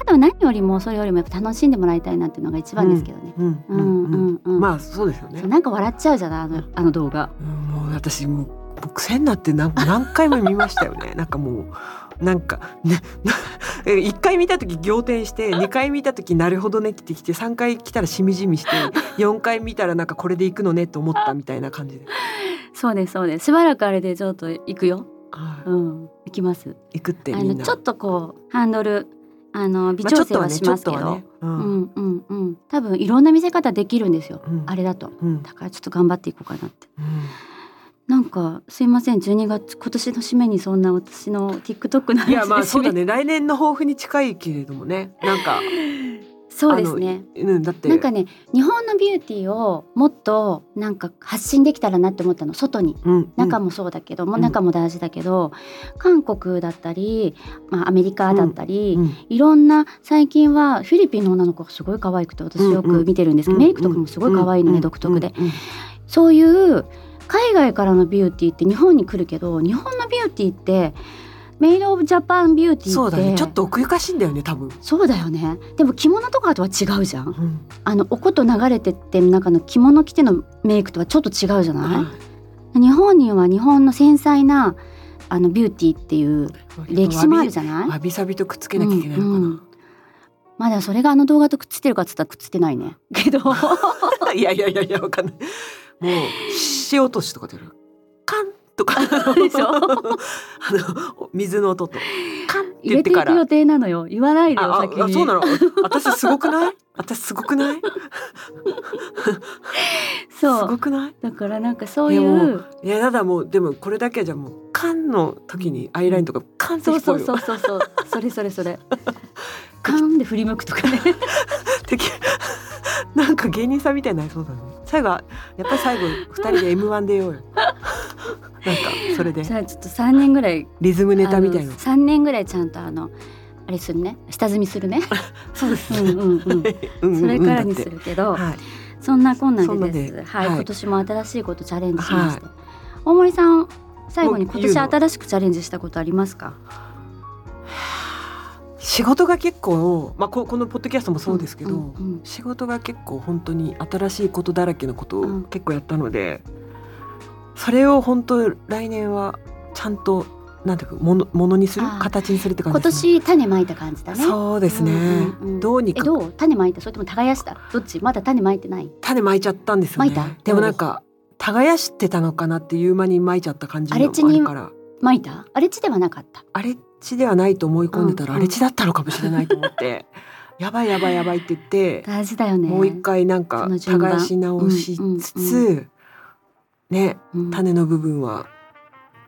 Speaker 2: あとは何よりもそれよりもやっぱ楽しんでもらいたいなっていうのが一番ですけどね、
Speaker 3: うん
Speaker 2: う
Speaker 3: うんん
Speaker 2: うんうん
Speaker 3: まあそうですよ
Speaker 2: そ
Speaker 3: ね
Speaker 2: うなんか笑っちゃうじゃないあのあの動画
Speaker 3: うんもう私もう癖になって何何回も見ましたよね なんかもうなんかね な一回見た時仰 天して二回見た時なるほどねってきて三回来たらしみじみ して四回見たらなんかこれでいくのねと思ったみたいな感じで、
Speaker 2: そうですそうですしばらくあれでちょっと行くよ
Speaker 3: は
Speaker 2: うん行きます
Speaker 3: い、行くって
Speaker 2: あ
Speaker 3: み
Speaker 2: の
Speaker 3: んな
Speaker 2: ちょっとこうハンドルあの微
Speaker 3: まあちょ
Speaker 2: 調
Speaker 3: っ
Speaker 2: 整
Speaker 3: と
Speaker 2: は
Speaker 3: ね
Speaker 2: しますけど、
Speaker 3: ちょっとはねう
Speaker 2: うんんうんうん多分いろんな見せ方できるんですよ、
Speaker 3: うん
Speaker 2: あれだと
Speaker 3: うん
Speaker 2: だからちょっと頑張っていこうかなって
Speaker 3: うん
Speaker 2: なんかすいません12月今年の締めにそんな私の TikTok の話
Speaker 3: いやまあ
Speaker 2: で
Speaker 3: そ
Speaker 2: 締
Speaker 3: う
Speaker 2: め
Speaker 3: だ ね来年の抱負に近いけれどもねなんか
Speaker 2: そうですね
Speaker 3: あのうんだって
Speaker 2: なんかね日本のビューティーをもっとなんか発信できたらなって思ったの外に
Speaker 3: うん
Speaker 2: 中
Speaker 3: も
Speaker 2: もそうだけど、も
Speaker 3: うん
Speaker 2: 中も大事だけど韓国だったり、まあ、アメリカだったり、
Speaker 3: うん
Speaker 2: いろんな最近はフィリピンの女の子がすごい可愛くて私よく見てるんですけど、
Speaker 3: うんうん
Speaker 2: メイクとかもすごい可愛いのね、
Speaker 3: うん
Speaker 2: 独特で、
Speaker 3: うんうん
Speaker 2: そういう海外からのビューティーって日本に来るけど日本のビューティーってメイド・オブ・ジャパンビューティーって
Speaker 3: そうだねちょっと奥ゆかしいんだよね多分、
Speaker 2: そうだよねでも着物とかとは違うじゃん
Speaker 3: うん
Speaker 2: あのおこと流れてって中の着物着てのメイクとはちょっと違うじゃない、日本には日本の繊細なあのビューティーっていう歴史もある
Speaker 3: じ
Speaker 2: じゃな
Speaker 3: ゃ
Speaker 2: い
Speaker 3: わびさびとくっつけなきゃいけないのかな、
Speaker 2: うんうんまだそれがあの動画とくっついてるかっつったらくっついてないねけど
Speaker 3: いやいやいやいやわかんないもう塩落としとか出るカンとか
Speaker 2: でしょ
Speaker 3: あの水の音とカンって
Speaker 2: 入
Speaker 3: 言っ
Speaker 2: れ
Speaker 3: て
Speaker 2: てい
Speaker 3: か
Speaker 2: く
Speaker 3: ら
Speaker 2: 予定なのよ言わないでよ
Speaker 3: ああ
Speaker 2: 先に
Speaker 3: あそうなの私すごくない私すごくない
Speaker 2: そう
Speaker 3: すごくない
Speaker 2: だからなんかそうい
Speaker 3: いやも
Speaker 2: う
Speaker 3: いやただもうでもこれだけじゃもうカンの時にアイラインとかカンって
Speaker 2: そ
Speaker 3: 引
Speaker 2: う
Speaker 3: っ張
Speaker 2: そ
Speaker 3: る
Speaker 2: う
Speaker 3: よ
Speaker 2: そうそうそうそれそれそ れカーンで振り向くとかね
Speaker 3: 敵 なんか芸人さんみたいになりそうだね最後はやっぱり最後二人で M1 出ようよ なんか それで
Speaker 2: じゃあちょっと3年ぐらい
Speaker 3: リズムネタみたいな
Speaker 2: 3年ぐらいちゃんとあのあれするね下積みするね
Speaker 3: そうです
Speaker 2: うんうんうん
Speaker 3: うんうん
Speaker 2: それからに
Speaker 3: だ
Speaker 2: す
Speaker 3: って
Speaker 2: るけど、
Speaker 3: はい
Speaker 2: そんなこんなでです
Speaker 3: そんなで
Speaker 2: はい、
Speaker 3: はい
Speaker 2: 今年も新しいことチャレンジしました、大森さん最後に今
Speaker 3: もう
Speaker 2: 年
Speaker 3: 言うの
Speaker 2: 新しくチャレンジしたことありますか
Speaker 3: 仕事が結構まあここのポッドキャストもそうですけど、
Speaker 2: うんうん
Speaker 3: 仕事が結構本当に新しいことだらけのこと
Speaker 2: う
Speaker 3: を
Speaker 2: ん
Speaker 3: 結構やったので、それを本当来年はちゃんとなんていうかものものにする
Speaker 2: あー
Speaker 3: 形にするって感
Speaker 2: 今
Speaker 3: じですね。
Speaker 2: 年種まいた感じだね
Speaker 3: そうですね、
Speaker 2: うんうんうん
Speaker 3: どうに
Speaker 2: え
Speaker 3: か
Speaker 2: どう種まいたそれとも耕したどっちまだ種まいてない
Speaker 3: 種まいちゃったんですよね
Speaker 2: まいた
Speaker 3: でもなんか耕してたのかなっていう間にまいちゃった感じのも
Speaker 2: 荒地に
Speaker 3: あるから
Speaker 2: まいた荒れ地ではなかった
Speaker 3: 荒れ地ではないと思い込んでたら
Speaker 2: うん
Speaker 3: 荒れ地だったのかもしれないと思って、 やばいやばいやばいって言って
Speaker 2: 大事だよね
Speaker 3: もう一回なんか
Speaker 2: その順番
Speaker 3: 耕し直しつつ、
Speaker 2: うん
Speaker 3: ね
Speaker 2: うん
Speaker 3: 種の部分は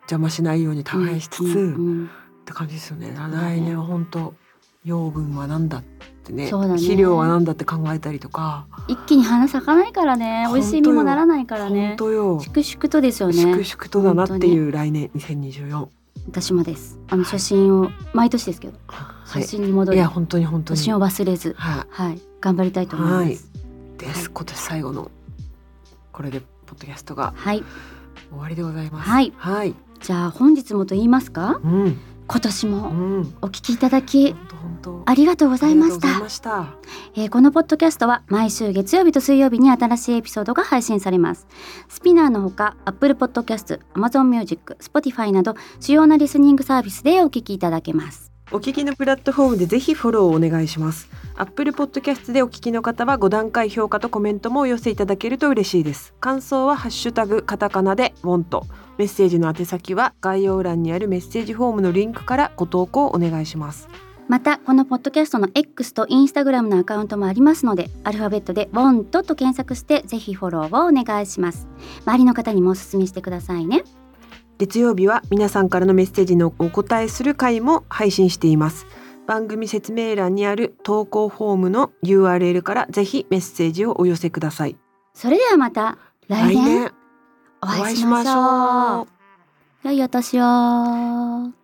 Speaker 3: 邪魔しないように耕しつつ、
Speaker 2: うん
Speaker 3: っ
Speaker 2: うん
Speaker 3: て感じですよね
Speaker 2: うだね
Speaker 3: 来年は本当養分はなんだってね
Speaker 2: そうだね
Speaker 3: 肥料はなんだって考えたりとか、
Speaker 2: 一気に花咲かないからね美味しい実もならないからね
Speaker 3: 本当よ
Speaker 2: 粛々とですよね
Speaker 3: 粛々とだなっていう来年2024
Speaker 2: 私もですあの初心を毎年ですけど
Speaker 3: は
Speaker 2: 初
Speaker 3: い
Speaker 2: 心に戻
Speaker 3: い
Speaker 2: り、
Speaker 3: や本当に本当
Speaker 2: 初
Speaker 3: に
Speaker 2: 心を忘れず
Speaker 3: は
Speaker 2: はい頑張りたいと思います
Speaker 3: いです今年最後のこれでポッドキャストが
Speaker 2: はい、
Speaker 3: 終わりでございます
Speaker 2: はい
Speaker 3: はい
Speaker 2: じゃあ本日もと言いますか
Speaker 3: うん
Speaker 2: 今年
Speaker 3: う
Speaker 2: も
Speaker 3: ん
Speaker 2: お聞きいただき
Speaker 3: 本当本当
Speaker 2: ありがとうございまし
Speaker 3: ありがとうござい
Speaker 2: た
Speaker 3: ました
Speaker 2: えーこのポッドキャストは毎週月曜日と水曜日に新しいエピソードが配信されます。スピナーのほか、Apple Podcast、Amazon Music、Spotify など主要なリスニングサービスでお聞きいただけます。
Speaker 3: お聞きのプラットフォームでぜひフォローをお願いします。Apple Podcast でお聞きの方は5段階評価とコメントもお寄せいただけると嬉しいです。感想はハッシュタグカタカナでウォント。メッセージの宛先は概要欄にあるメッセージフォームのリンクからご投稿お願いします。
Speaker 2: また、このポッドキャストの X と Instagram のアカウントもありますので、アルファベットで WONT と検索してぜひフォローをお願いします。周りの方にもお勧めしてくださいね。
Speaker 3: 月曜日は皆さんからのメッセージのお答えする回も配信しています。番組説明欄にある投稿フォームの URL からぜひメッセージをお寄せください。
Speaker 2: それではまた来年
Speaker 3: 来年
Speaker 2: お会いしましょう。
Speaker 3: お会いしましょう
Speaker 2: 良いお年を。